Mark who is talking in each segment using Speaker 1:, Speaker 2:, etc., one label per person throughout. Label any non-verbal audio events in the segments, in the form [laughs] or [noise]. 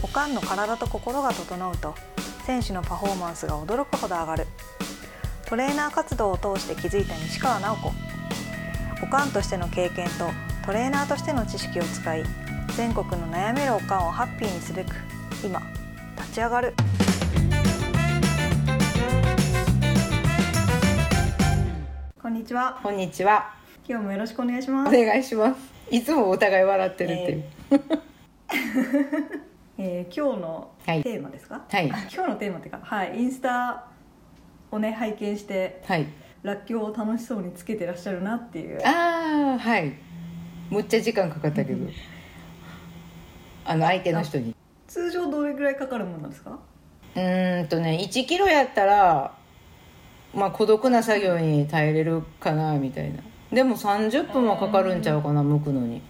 Speaker 1: 股間の体と心が整うと選手のパフォーマンスが驚くほど上がるトレーナー活動を通して気づいた西川直子おかんとしての経験とトレーナーとしての知識を使い全国の悩めるおかんをハッピーにすべく今立ち上がるこんにちは
Speaker 2: こんにちは。
Speaker 1: 今日もよろしくお願いしま
Speaker 2: お
Speaker 1: す、
Speaker 2: 願いします。いつもお互い笑ってるっていう。
Speaker 1: えー今日の
Speaker 2: はい
Speaker 1: テーマですか、
Speaker 2: はい
Speaker 1: あ今日のテーマっていうかはいインスタをね拝見して
Speaker 2: はい。
Speaker 1: らっきょうを楽しそうにつけてらっしゃるなっていう
Speaker 2: ああ、はい。むっちゃ時間かかったけど。あの相手の人に。
Speaker 1: 通常どれぐらいかかるものなんですか
Speaker 2: うーんとね、1キロやったら。まあ孤独な作業に耐えれるかなみたいな。でも30分はかかるんちゃうかな、剥くのに。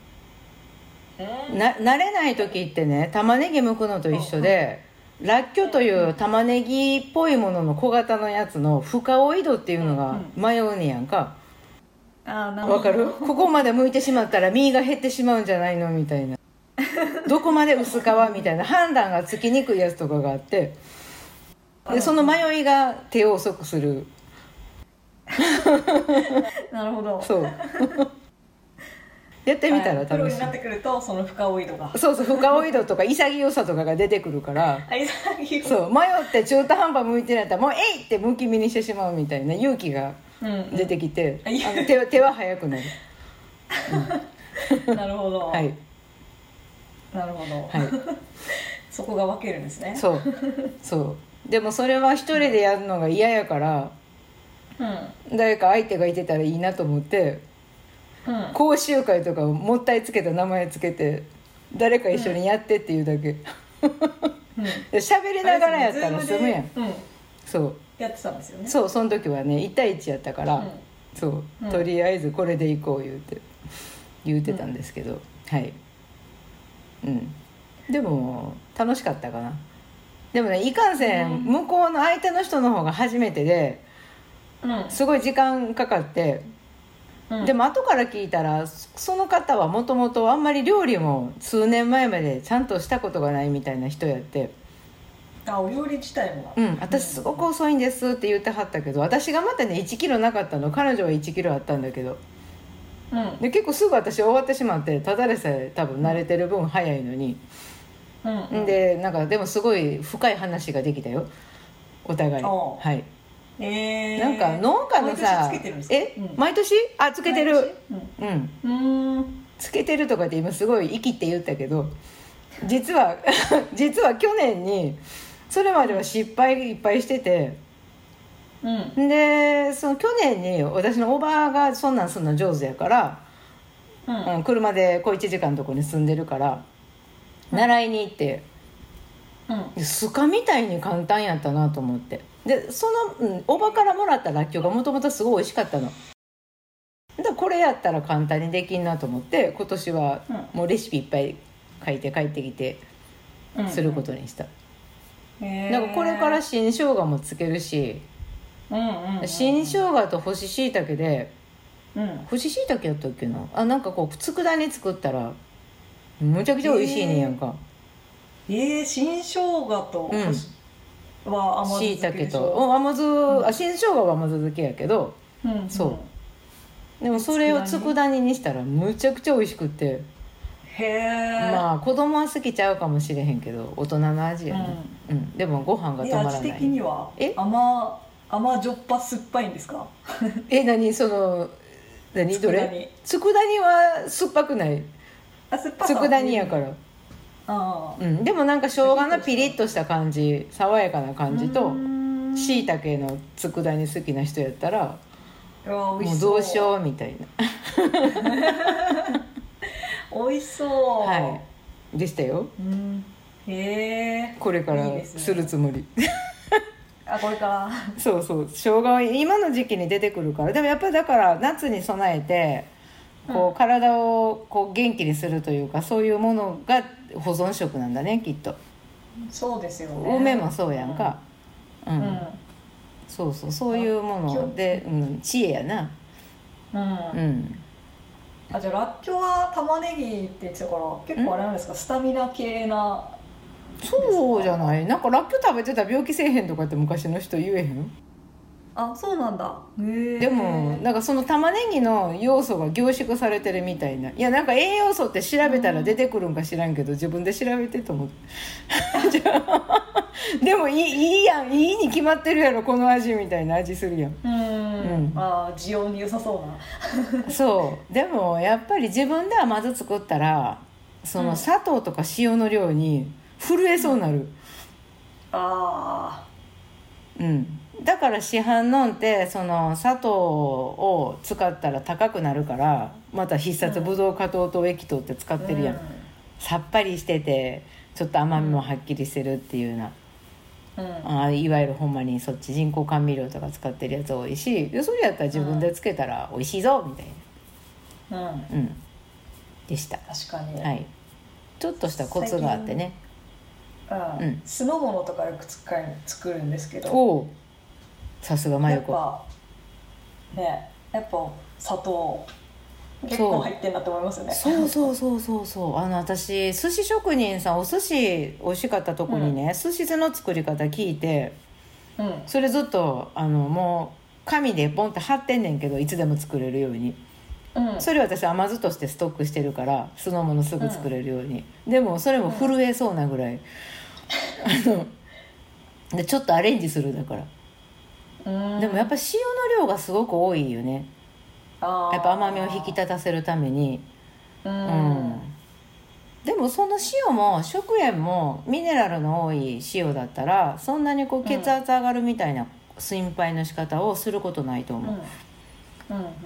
Speaker 2: な慣れない時ってね玉ねぎ剥くのと一緒で、らっきょうという玉ねぎっぽいものの小型のやつの深追い度っていうのが迷うねやんか、
Speaker 1: ああな
Speaker 2: わかるここまで向いてしまったら身が減ってしまうんじゃないのみた [laughs] いなどこまで薄皮みたいな判断がつきにくいやつとかがあってでその迷いが手を遅くする
Speaker 1: [laughs] なるほど
Speaker 2: そう [laughs] やってみたら
Speaker 3: プロ
Speaker 2: 楽し
Speaker 3: に
Speaker 2: い、
Speaker 3: なってくるとその深追い度が
Speaker 2: そうそう深追い度とか潔さとかが出てくるから
Speaker 3: あ潔い
Speaker 2: そう迷って中途半端向いてないったらもう「えい!」ってむき身にしてしまうみたいな勇気が
Speaker 3: うん
Speaker 2: 出てきて、
Speaker 3: うん
Speaker 2: あの手は手は速く [laughs] なる
Speaker 3: なるほど、
Speaker 2: はい
Speaker 3: なるほど、
Speaker 2: は
Speaker 3: そこが分けるんですね
Speaker 2: いそうそうでもそれは一人でやるのが嫌やから
Speaker 3: うんうん
Speaker 2: 誰か相手がいてたらいいなと思って講習会とかをもったいつけた名前つけて誰か一緒にやってっていうだけ
Speaker 3: うん
Speaker 2: で喋りながらやったら済むやん
Speaker 3: あれですね Zoom でうん
Speaker 2: そう
Speaker 3: やってたんですよね
Speaker 2: そうその時はね1対1やったから、そう、
Speaker 3: うん
Speaker 2: とりあえずこれで行こう言うて言うてたんですけど、はいうんでも楽しかったかなでもねいかんせん、向こうの相手の人の方が初めてで
Speaker 3: うんうん
Speaker 2: すごい時間かかって、
Speaker 3: うん
Speaker 2: でも後から聞いたらそその方はもともとあんまり料理も数年前までちゃんとしたことがないみたいな人やって
Speaker 3: あお料理自体も
Speaker 2: 「うん私すごく遅いんです」って言ってはったけど私がまたね1キロなかったの彼女は1キロあったんだけど
Speaker 3: うん
Speaker 2: で結構すぐ私終わってしまってただでさえ多分慣れてる分早いのに、
Speaker 3: うんうん
Speaker 2: でなんかでもすごい深い話ができたよお互い
Speaker 3: おう
Speaker 2: はい、
Speaker 3: えー、
Speaker 2: なんか農家のさ
Speaker 3: 毎年つけてるんですか
Speaker 2: え、
Speaker 3: うん
Speaker 2: 毎年あつけて
Speaker 3: 毎
Speaker 2: る
Speaker 3: 年
Speaker 2: うん
Speaker 3: うんうーん
Speaker 2: つけてるとかって今すごい「息」って言ったけど実は [laughs] 実は去年にそれまでは失敗いっぱいしてて
Speaker 3: うん
Speaker 2: でその去年に私のおばがそんなんすんの上手やから
Speaker 3: うんうん
Speaker 2: うん、車で小1時間のとこに住んでるから習いに行ってスカみたいに簡単やったなと思ってでその、うん、おばからもらったらっきょうがもともとすごい美味しかったのだこれやったら簡単にできんなと思って今年はもうレシピいっぱい書いて帰ってきて
Speaker 3: うん
Speaker 2: することにした、
Speaker 3: えー
Speaker 2: なんかこれから新生姜もつけるし
Speaker 3: うんうんうん
Speaker 2: 新生姜と干し椎茸で
Speaker 3: うん
Speaker 2: 干し椎茸やったっけなあなんかこう佃煮作ったらむちゃくちゃ美味しいねやんか、
Speaker 3: えー、新生姜と
Speaker 2: うん
Speaker 3: は甘
Speaker 2: しい
Speaker 3: 酢漬
Speaker 2: た
Speaker 3: け
Speaker 2: け
Speaker 3: でしょ
Speaker 2: とうん甘酢、あ新生姜は甘酢漬けやけど
Speaker 3: うんうん
Speaker 2: そうでもそれを佃煮にしたらむちゃくちゃ美味しくって
Speaker 3: へえ、
Speaker 2: まあ子供は好きちゃうかもしれへんけど大人の味やね、うんでもご飯が
Speaker 3: え
Speaker 2: 止まら
Speaker 3: 味
Speaker 2: な
Speaker 3: 的
Speaker 2: い
Speaker 3: には
Speaker 2: え
Speaker 3: 甘甘じょっぱ酸っぱいんですか
Speaker 2: え何その何どれ佃煮は酸っぱく [laughs] ない
Speaker 3: あ酸っぱさ
Speaker 2: 佃煮やから、
Speaker 3: あ
Speaker 2: うん、でもなんか生姜のピリッとした感じ爽やかな
Speaker 3: あ
Speaker 2: 感じとしい
Speaker 3: た
Speaker 2: たけの佃煮好きな人やったら
Speaker 3: も
Speaker 2: もうどうしようみたいな
Speaker 3: う美味しそう
Speaker 2: はいでしたよ
Speaker 3: うんへえ
Speaker 2: これから
Speaker 3: いいですね
Speaker 2: するつもり
Speaker 3: あこれから
Speaker 2: そうそう生姜は今の時期に出てくるからでもやっぱりだから夏に備えてこう体をこう元気にするというかそういうものが保存食なんだねきっと
Speaker 3: そうですよね
Speaker 2: 梅もそうやんか、うん
Speaker 3: うん
Speaker 2: そうそうそういうもので、うん、知恵やな
Speaker 3: うん、
Speaker 2: うん
Speaker 3: あじゃあらっきょうは玉ねぎって言ってたから結構あれなんですか、スタミナ系な
Speaker 2: そうじゃないなんからっきょう食べてたら病気せえへんとかって昔の人言えへん
Speaker 3: あそうなんだへえ
Speaker 2: でもなんかその玉ねぎの要素が凝縮されてるみたいないやなんか栄養素って調べたら出てくるんか知らんけど自分で調べてと思ってじゃあ [laughs] でもいいいいやんいいに決まってるやろこの味みたいな味するやん
Speaker 3: う
Speaker 2: うん
Speaker 3: んあー滋養に良さそうな
Speaker 2: そうでもやっぱり自分ではまず作ったらそうの
Speaker 3: ん
Speaker 2: 砂糖とか塩の量に震えそうなる、
Speaker 3: あ
Speaker 2: うん、だから市販のんってその砂糖を使ったら高くなるからまた必殺ぶどう果糖と液糖って使
Speaker 3: あ
Speaker 2: ってるやん、さっぱりしててちょっと甘みもはっきりしてるっていうような、
Speaker 3: うんうん
Speaker 2: ああいわゆるほんまにそっち人工甘味料とか使ってるやつ多いしでそれやったら自分でつけたら美味しいぞみたい
Speaker 3: うん
Speaker 2: なうんでした
Speaker 3: 確かに
Speaker 2: はいちょっとしたコツがあってね
Speaker 3: う
Speaker 2: うん
Speaker 3: ん酢の物とかよく使い作るんですけど
Speaker 2: おおさすが真
Speaker 3: や
Speaker 2: 由
Speaker 3: っ
Speaker 2: 子
Speaker 3: ぱねやっぱ砂糖結構入ってんなって思いますよね
Speaker 2: そうそうそうそうそうあの私寿司職人さんお寿司美味しかったとこにね、寿司酢の作り方聞いて
Speaker 3: うん
Speaker 2: それずっとあのもう紙でポンって貼ってんねんけどいつでも作れるように
Speaker 3: うん
Speaker 2: それ私甘酢としてストックしてるから酢の物すぐ作れるように、でもそれも震えそうなぐらい、あのでちょっとアレンジするだから、
Speaker 3: うん
Speaker 2: でもやっぱ塩の量がすごく多いよね
Speaker 3: あー
Speaker 2: やっぱ甘みを引き立たせるために
Speaker 3: う
Speaker 2: うん
Speaker 3: ん
Speaker 2: でもその塩も食塩もミネラルの多い塩だったらそんなにこう血圧上がるみたいな心配の仕方をすることないと
Speaker 3: うん
Speaker 2: 思う、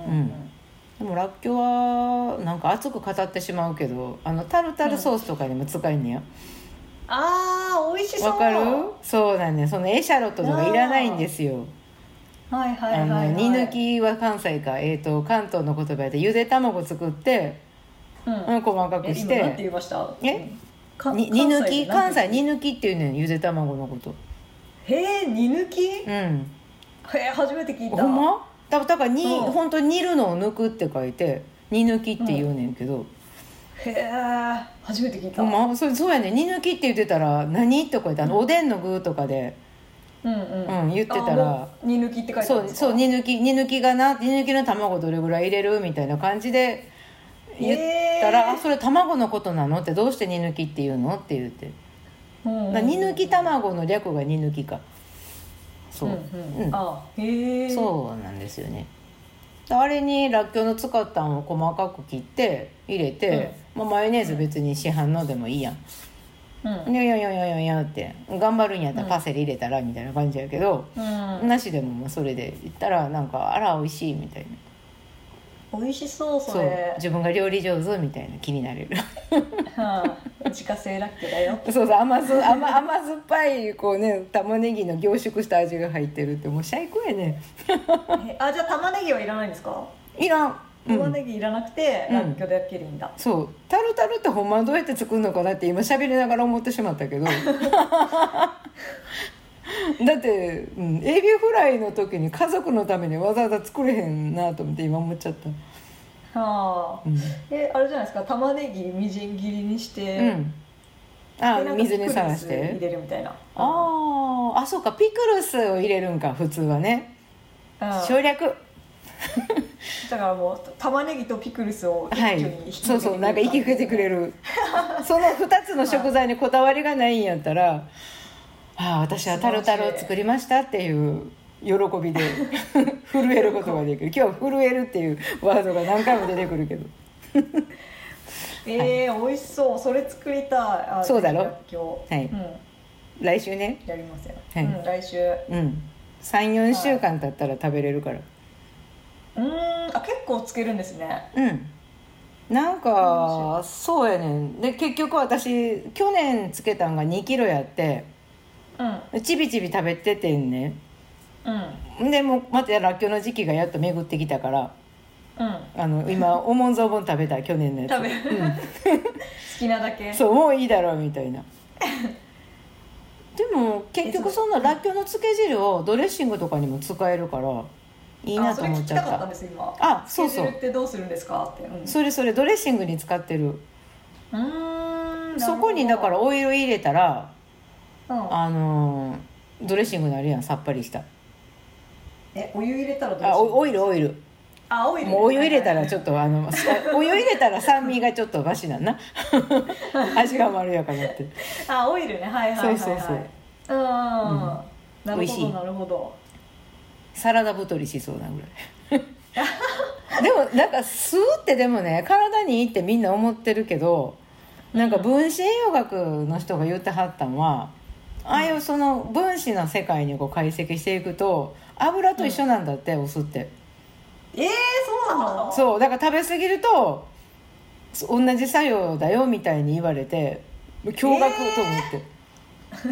Speaker 3: うん
Speaker 2: でもらっきょうはなんか熱く語ってしまうけどあのタルタルソースとかにも使えんねや
Speaker 3: あー美味しそう
Speaker 2: わかるそうだねそのエシャロットとかいらないんですよ
Speaker 3: はいはい
Speaker 2: あ
Speaker 3: はいは
Speaker 2: の
Speaker 3: い
Speaker 2: 煮抜きは関西か、えー、と関東の言葉でゆで卵作って、
Speaker 3: うん
Speaker 2: うん、細かく
Speaker 3: え
Speaker 2: し
Speaker 3: 今なんて
Speaker 2: て
Speaker 3: 言いました
Speaker 2: え
Speaker 3: うんか
Speaker 2: に煮抜き関
Speaker 3: で
Speaker 2: 西煮抜きっていうねんゆで卵のこと
Speaker 3: へえ煮抜きへ
Speaker 2: うん
Speaker 3: え初めて聞いた
Speaker 2: ほんまだだからに、
Speaker 3: うん
Speaker 2: 本当に煮るのを抜くって書いて煮抜きって言うねんけど、
Speaker 3: へえ初めて聞いた
Speaker 2: ほんまそれそうやねん煮抜きって言ってたら「何?」とか言ってあの、おでんの具とかで、
Speaker 3: うん
Speaker 2: う
Speaker 3: うん
Speaker 2: ん、言ってた
Speaker 3: あも
Speaker 2: ら
Speaker 3: う煮抜きって書いてあ
Speaker 2: そ
Speaker 3: るんで
Speaker 2: う
Speaker 3: すか
Speaker 2: そう煮抜き煮抜きがな煮抜きの卵どれぐらい入れるみたいな感じで言ったら「
Speaker 3: えー
Speaker 2: あそれ卵のことなの?」って「どうして煮抜きって言うの?」って言って、
Speaker 3: うんうん
Speaker 2: な煮抜き卵の略が煮抜きかそう、
Speaker 3: うん
Speaker 2: う
Speaker 3: うんん、あへえ
Speaker 2: そうなんですよねあれにらっきょうの使ったんを細かく切って入れて、まあ、マヨネーズ別に市販のでもいいやん「
Speaker 3: ううん
Speaker 2: いやいやいやいやいや」って頑張るんやったらパセリ入れたらみたいな感じやけど、
Speaker 3: うん
Speaker 2: なしでももうそれで言ったらなんか「あら美味しい」みたいな
Speaker 3: 美味しそうそ
Speaker 2: そう
Speaker 3: れ
Speaker 2: 自分が料理上手みたいな気になれる
Speaker 3: はい自家製ラッキョだよ
Speaker 2: そうそう甘酸甘甘酸っぱいこうね玉ねぎの凝縮した味が入ってるってもう最高やね
Speaker 3: えあじゃあ玉ねぎはいらないんですか
Speaker 2: いらん、うん
Speaker 3: 玉ねぎいらなくて
Speaker 2: うん
Speaker 3: ラッキョでやけるんだ
Speaker 2: そうタルタルってほんまはどうやって作るのかなって今喋りながら思ってしまっ
Speaker 3: [laughs]
Speaker 2: たけどだって、うん、エビフライの時に家族のためにわざわざ作れへんなと思って今思っちゃった
Speaker 3: はあ
Speaker 2: うん、
Speaker 3: えあれじゃないですか玉ねぎみじん切りにして
Speaker 2: うんあ
Speaker 3: でなんか
Speaker 2: 水にさらし
Speaker 3: ピクルス入
Speaker 2: て
Speaker 3: れるみたいな
Speaker 2: あーあそうかピクルスを入れるんか普通はね
Speaker 3: あ
Speaker 2: 省略
Speaker 3: だからもう玉ねぎとピクルスを一
Speaker 2: は
Speaker 3: 挙に
Speaker 2: い
Speaker 3: 引き
Speaker 2: そうそうなんか息吹いてくれ
Speaker 3: る
Speaker 2: [laughs] るその2つの食材にこだわりがないんやったら「ああ私はタルタルを作りました」っていう喜びで [laughs] 震えることができる今日は「震える」っていうワードが何回も出てくるけど
Speaker 3: えー、美味しそうそれ作りたいあ
Speaker 2: そうだろ
Speaker 3: ぜひ今日
Speaker 2: はい
Speaker 3: うん、
Speaker 2: 来週ね
Speaker 3: やりますよ、
Speaker 2: はい
Speaker 3: うん、来週
Speaker 2: うん34週間経ったら食べれるから
Speaker 3: うーんあ結構つけるんですね
Speaker 2: うんなんかそうやねんで結局私去年つけたんが2キロやって
Speaker 3: うん
Speaker 2: ちびちび食べててんね
Speaker 3: うん
Speaker 2: でもうまたらっきょうの時期がやっと巡ってきたから
Speaker 3: うん
Speaker 2: あ [laughs] の今思う存分食べた去年のやつ
Speaker 3: 食べる、 [laughs] 好きなだけ
Speaker 2: そうもういいだろうみたいなでも結局そんならっきょうの漬け汁をドレッシングとかにも使えるからいい
Speaker 3: あ
Speaker 2: なと
Speaker 3: それ
Speaker 2: 思
Speaker 3: 聞
Speaker 2: っ
Speaker 3: き
Speaker 2: ちゃ
Speaker 3: た
Speaker 2: っ
Speaker 3: かったん
Speaker 2: た
Speaker 3: です今
Speaker 2: あそう
Speaker 3: スケ
Speaker 2: そ
Speaker 3: ジュール
Speaker 2: う
Speaker 3: ってどうするんですかって、うん、
Speaker 2: それそれドレッシングに使ってる
Speaker 3: うーんなるほど
Speaker 2: そこにだからオイル入れたら
Speaker 3: うん
Speaker 2: あのードレッシングになるやんさっぱりした
Speaker 3: えお湯入れたらどう
Speaker 2: あおオ
Speaker 3: イル
Speaker 2: イルオイル
Speaker 3: あオイル
Speaker 2: もうお湯入れたらちょっとあのお湯入れたら酸味がちょっとバシなん [laughs] な味がまろやかになってる
Speaker 3: あオイルねはいはいはい、はい、
Speaker 2: そうそうそう
Speaker 3: うん、な
Speaker 2: 美
Speaker 3: る
Speaker 2: 味
Speaker 3: ほ
Speaker 2: し
Speaker 3: ど
Speaker 2: い
Speaker 3: なるほど
Speaker 2: サラダ太りしそうなぐらい [laughs] でもなんか酢ってでもね体にいいってみんな思ってるけどなんか分子栄養学の人が言ってはったんはああいうその分子の世界にこう解析していくと油と一緒なんだって、お酢って
Speaker 3: えー、そうなの
Speaker 2: そうだから食べ過ぎるとそ同じ作用だよみたいに言われて驚愕と思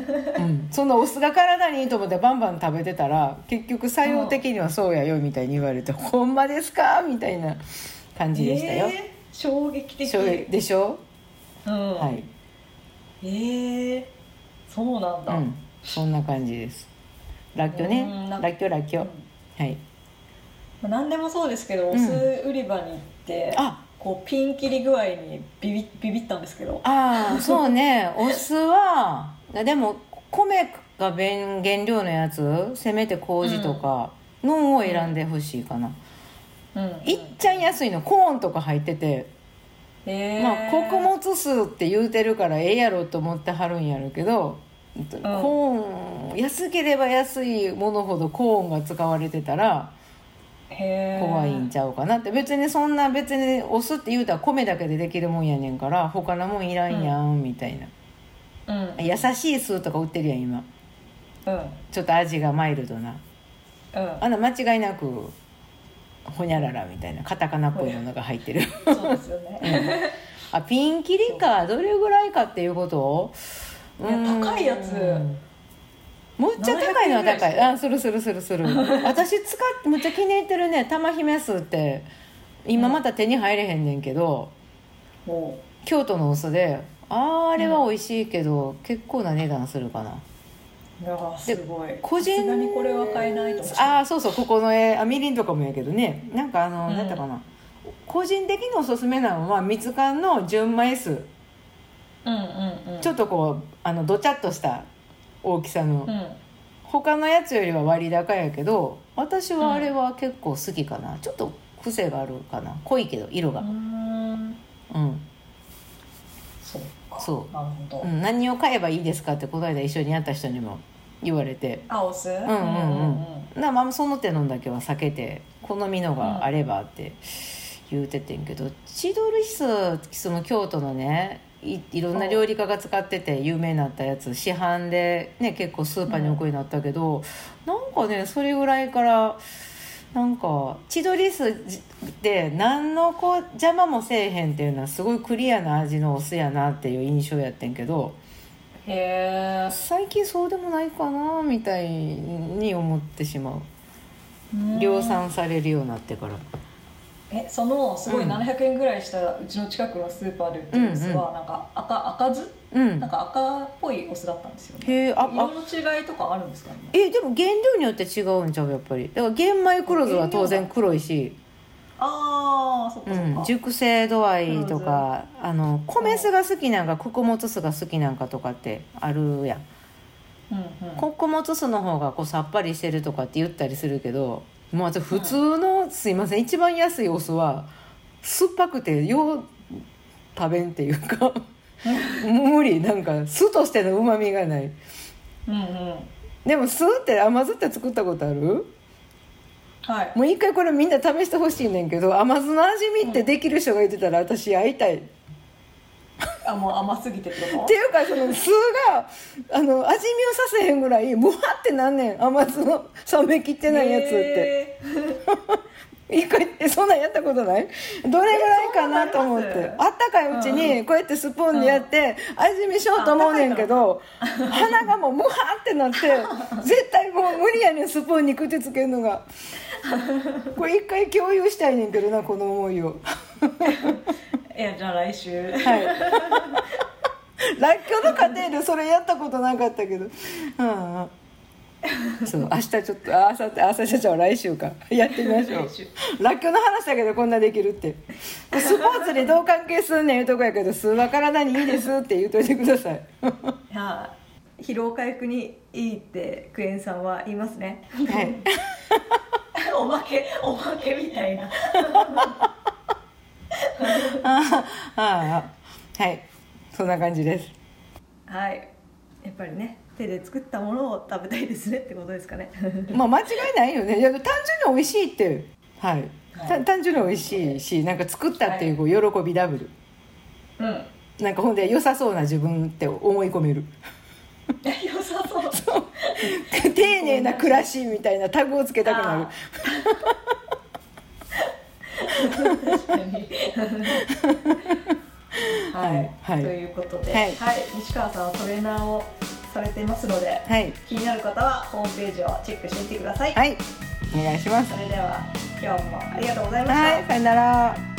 Speaker 2: って、うん、そのお酢が体にいいと思ってバンバン食べてたら結局作用的にはそうやよみたいに言われて「ほんまですか?」みたいな感じでしたよ。
Speaker 3: えー、衝撃的
Speaker 2: しょでしょ、
Speaker 3: うん
Speaker 2: はい、
Speaker 3: えー、そうなんだ、
Speaker 2: うん、そんな感じです。らっきょね
Speaker 3: うんなん、から
Speaker 2: っきょらっきょ、はい。
Speaker 3: まあ何でもそうですけどお酢売り場に行って、
Speaker 2: あ、
Speaker 3: こうピン切り具合にビビビビったんですけど
Speaker 2: ああそうねお酢はでも米が原原料のやつせめて麹とかのんを選んでほしいかな、
Speaker 3: うん
Speaker 2: いっちゃん安いのコーンとか入ってて、
Speaker 3: えー、
Speaker 2: まあ穀物酢って言うてるからええやろと思ってはるんやろうけど、コーン安ければ安いものほどコーンが使われてたら
Speaker 3: へー
Speaker 2: 怖いんちゃうかなって別にそんな別にお酢って言うたら米だけでできるもんやねんから他のもんいらんやんみたい
Speaker 3: うん
Speaker 2: な。
Speaker 3: うん
Speaker 2: 優しい酢とか売ってるやん今ちょっと味がマイルドな
Speaker 3: うん
Speaker 2: あんな間違いなくほにゃららみたいなカタカナっぽいものが入ってる
Speaker 3: そうですよね、
Speaker 2: あピンキリかどれぐらいかっていうこと
Speaker 3: いや
Speaker 2: うん
Speaker 3: 高いやつ
Speaker 2: むっちゃ高いのは高
Speaker 3: 700円ぐらいし
Speaker 2: い
Speaker 3: た
Speaker 2: あするするす
Speaker 3: [laughs]
Speaker 2: るする私使ってむっちゃ気に入ってるね玉姫酢って今また手に入れへんねんけど、
Speaker 3: も
Speaker 2: 京都のお酢であーあれは美味しいけど、結構な値段するかな
Speaker 3: ういやーすごい
Speaker 2: 個人
Speaker 3: さすがにこれは買えないと思って
Speaker 2: ああそうそうここの絵あみりんとかもやけどねなんかあの、
Speaker 3: うん
Speaker 2: なんだかな個人的におすすめなのは蜜缶の純米酢、
Speaker 3: うんうんうん
Speaker 2: ちょっ
Speaker 3: と
Speaker 2: とこうあのどちゃっとした大きさの、
Speaker 3: うん
Speaker 2: 他のやつよりは割高やけど私はあれは結構好きかな、ちょっと癖があるかな濃いけど色が
Speaker 3: うーん
Speaker 2: うん、
Speaker 3: そうか
Speaker 2: そう
Speaker 3: なるほど、
Speaker 2: うん、何を買えばいいですかってこの間一緒にやった人にも言われて
Speaker 3: あお酢うんうん
Speaker 2: うんなまあその手のんだけは避けて好みのがあればって言うててんけど、チドリスその京都のねいいろんな料理家が使ってて有名になったやつ市販で、ね、結構スーパーに置くようになったけど、なんかねそれぐらいからなんかチドリスって何のこう邪魔もせえへんっていうのはすごいクリアな味のお酢やなっていう印象やってんけど
Speaker 3: へえ
Speaker 2: 最近そうでもないかなみたいに思ってしまう。
Speaker 3: うん
Speaker 2: 量産されるようになってから
Speaker 3: えそのすごい
Speaker 2: うん
Speaker 3: 700円ぐらいしたうちの近くのスーパーで売ってるお酢はなんか赤赤酢
Speaker 2: うん
Speaker 3: なんか赤っぽいお酢だったんですよね
Speaker 2: へえあ
Speaker 3: 色
Speaker 2: あ
Speaker 3: の違いとかあるんですかね
Speaker 2: えでも原料によって違うんちゃうやっぱりだから玄米黒酢は当然黒いし、
Speaker 3: ああそっ
Speaker 2: う
Speaker 3: かそっ
Speaker 2: ん、
Speaker 3: か
Speaker 2: 熟成度合いとかあの米酢が好きなんか穀物酢が好きなんかとかってあるやん
Speaker 3: うんうん
Speaker 2: 穀物酢の方がこうさっぱりしてるとかって言ったりするけどもう私普通の、すいません一番安いお酢は酸っぱくてよう食べんっていう [laughs] か無理なんか酢としてのうまみがない
Speaker 3: うんうん
Speaker 2: でも酢って甘酢って作ったことある
Speaker 3: はい
Speaker 2: もう一回これみんな試してほしいねんけど甘酢の味見ってできる人がいてたら私会いたい、っ
Speaker 3: あもう甘すぎてってこ
Speaker 2: ていうかその酢があの味見をさせへんぐらいムワってなんねん甘酢の冷めきって
Speaker 3: と
Speaker 2: ないやつって、
Speaker 3: へー
Speaker 2: 一回えそんなんやったことないどれぐらいかなと思っ
Speaker 3: えそんなんあ
Speaker 2: て
Speaker 3: りま
Speaker 2: あったかいうちにこうやってスプーンでやって味見しようと思うねんけど鼻がもうムハってなって
Speaker 3: [laughs]
Speaker 2: 絶対もう無理やねんスプーンにくっつけるのがこれ一回共有したいねんけどなこの思いを
Speaker 3: いやじゃあ来週
Speaker 2: はい [laughs] らっきょうの家庭でそれやったことなかったけどうんうんそう明日ちょっとあ明後日明日社長来週かやってみましょう
Speaker 3: 来週
Speaker 2: らっきょうの話だけどこんなできるってスポーツにどう関係すんねんいうとこやけど「数は体にいいです」って言うといてください
Speaker 3: はい疲労回復にいいってクエンさんは言いますね [laughs]
Speaker 2: はい、
Speaker 4: おまけおまけみたいな
Speaker 2: ああはいそんな感じです
Speaker 3: はいやっぱりね手で作ったものを食べたいですねってことですかね
Speaker 2: まあ間違いないよねいや単純に美味しいっては
Speaker 4: は
Speaker 2: い、
Speaker 4: い
Speaker 2: た単純に美味しいしなんか作ったっていうこう喜びダブル、
Speaker 4: うん
Speaker 2: なんかほんで良さそうな自分って思い込める
Speaker 4: 良さ
Speaker 2: [laughs]
Speaker 4: そう
Speaker 2: 丁寧な暮らしみたいなタグをつけたくなる
Speaker 4: あ確かに
Speaker 2: はいはい
Speaker 3: ということで、
Speaker 2: はい
Speaker 3: 西川さんはトレーナーをされていますので
Speaker 2: はい
Speaker 3: 気になる方はホームページをチェックしてみてください、
Speaker 2: はいお願いします
Speaker 3: それでは今日もありがとうございました、
Speaker 2: はいさよなら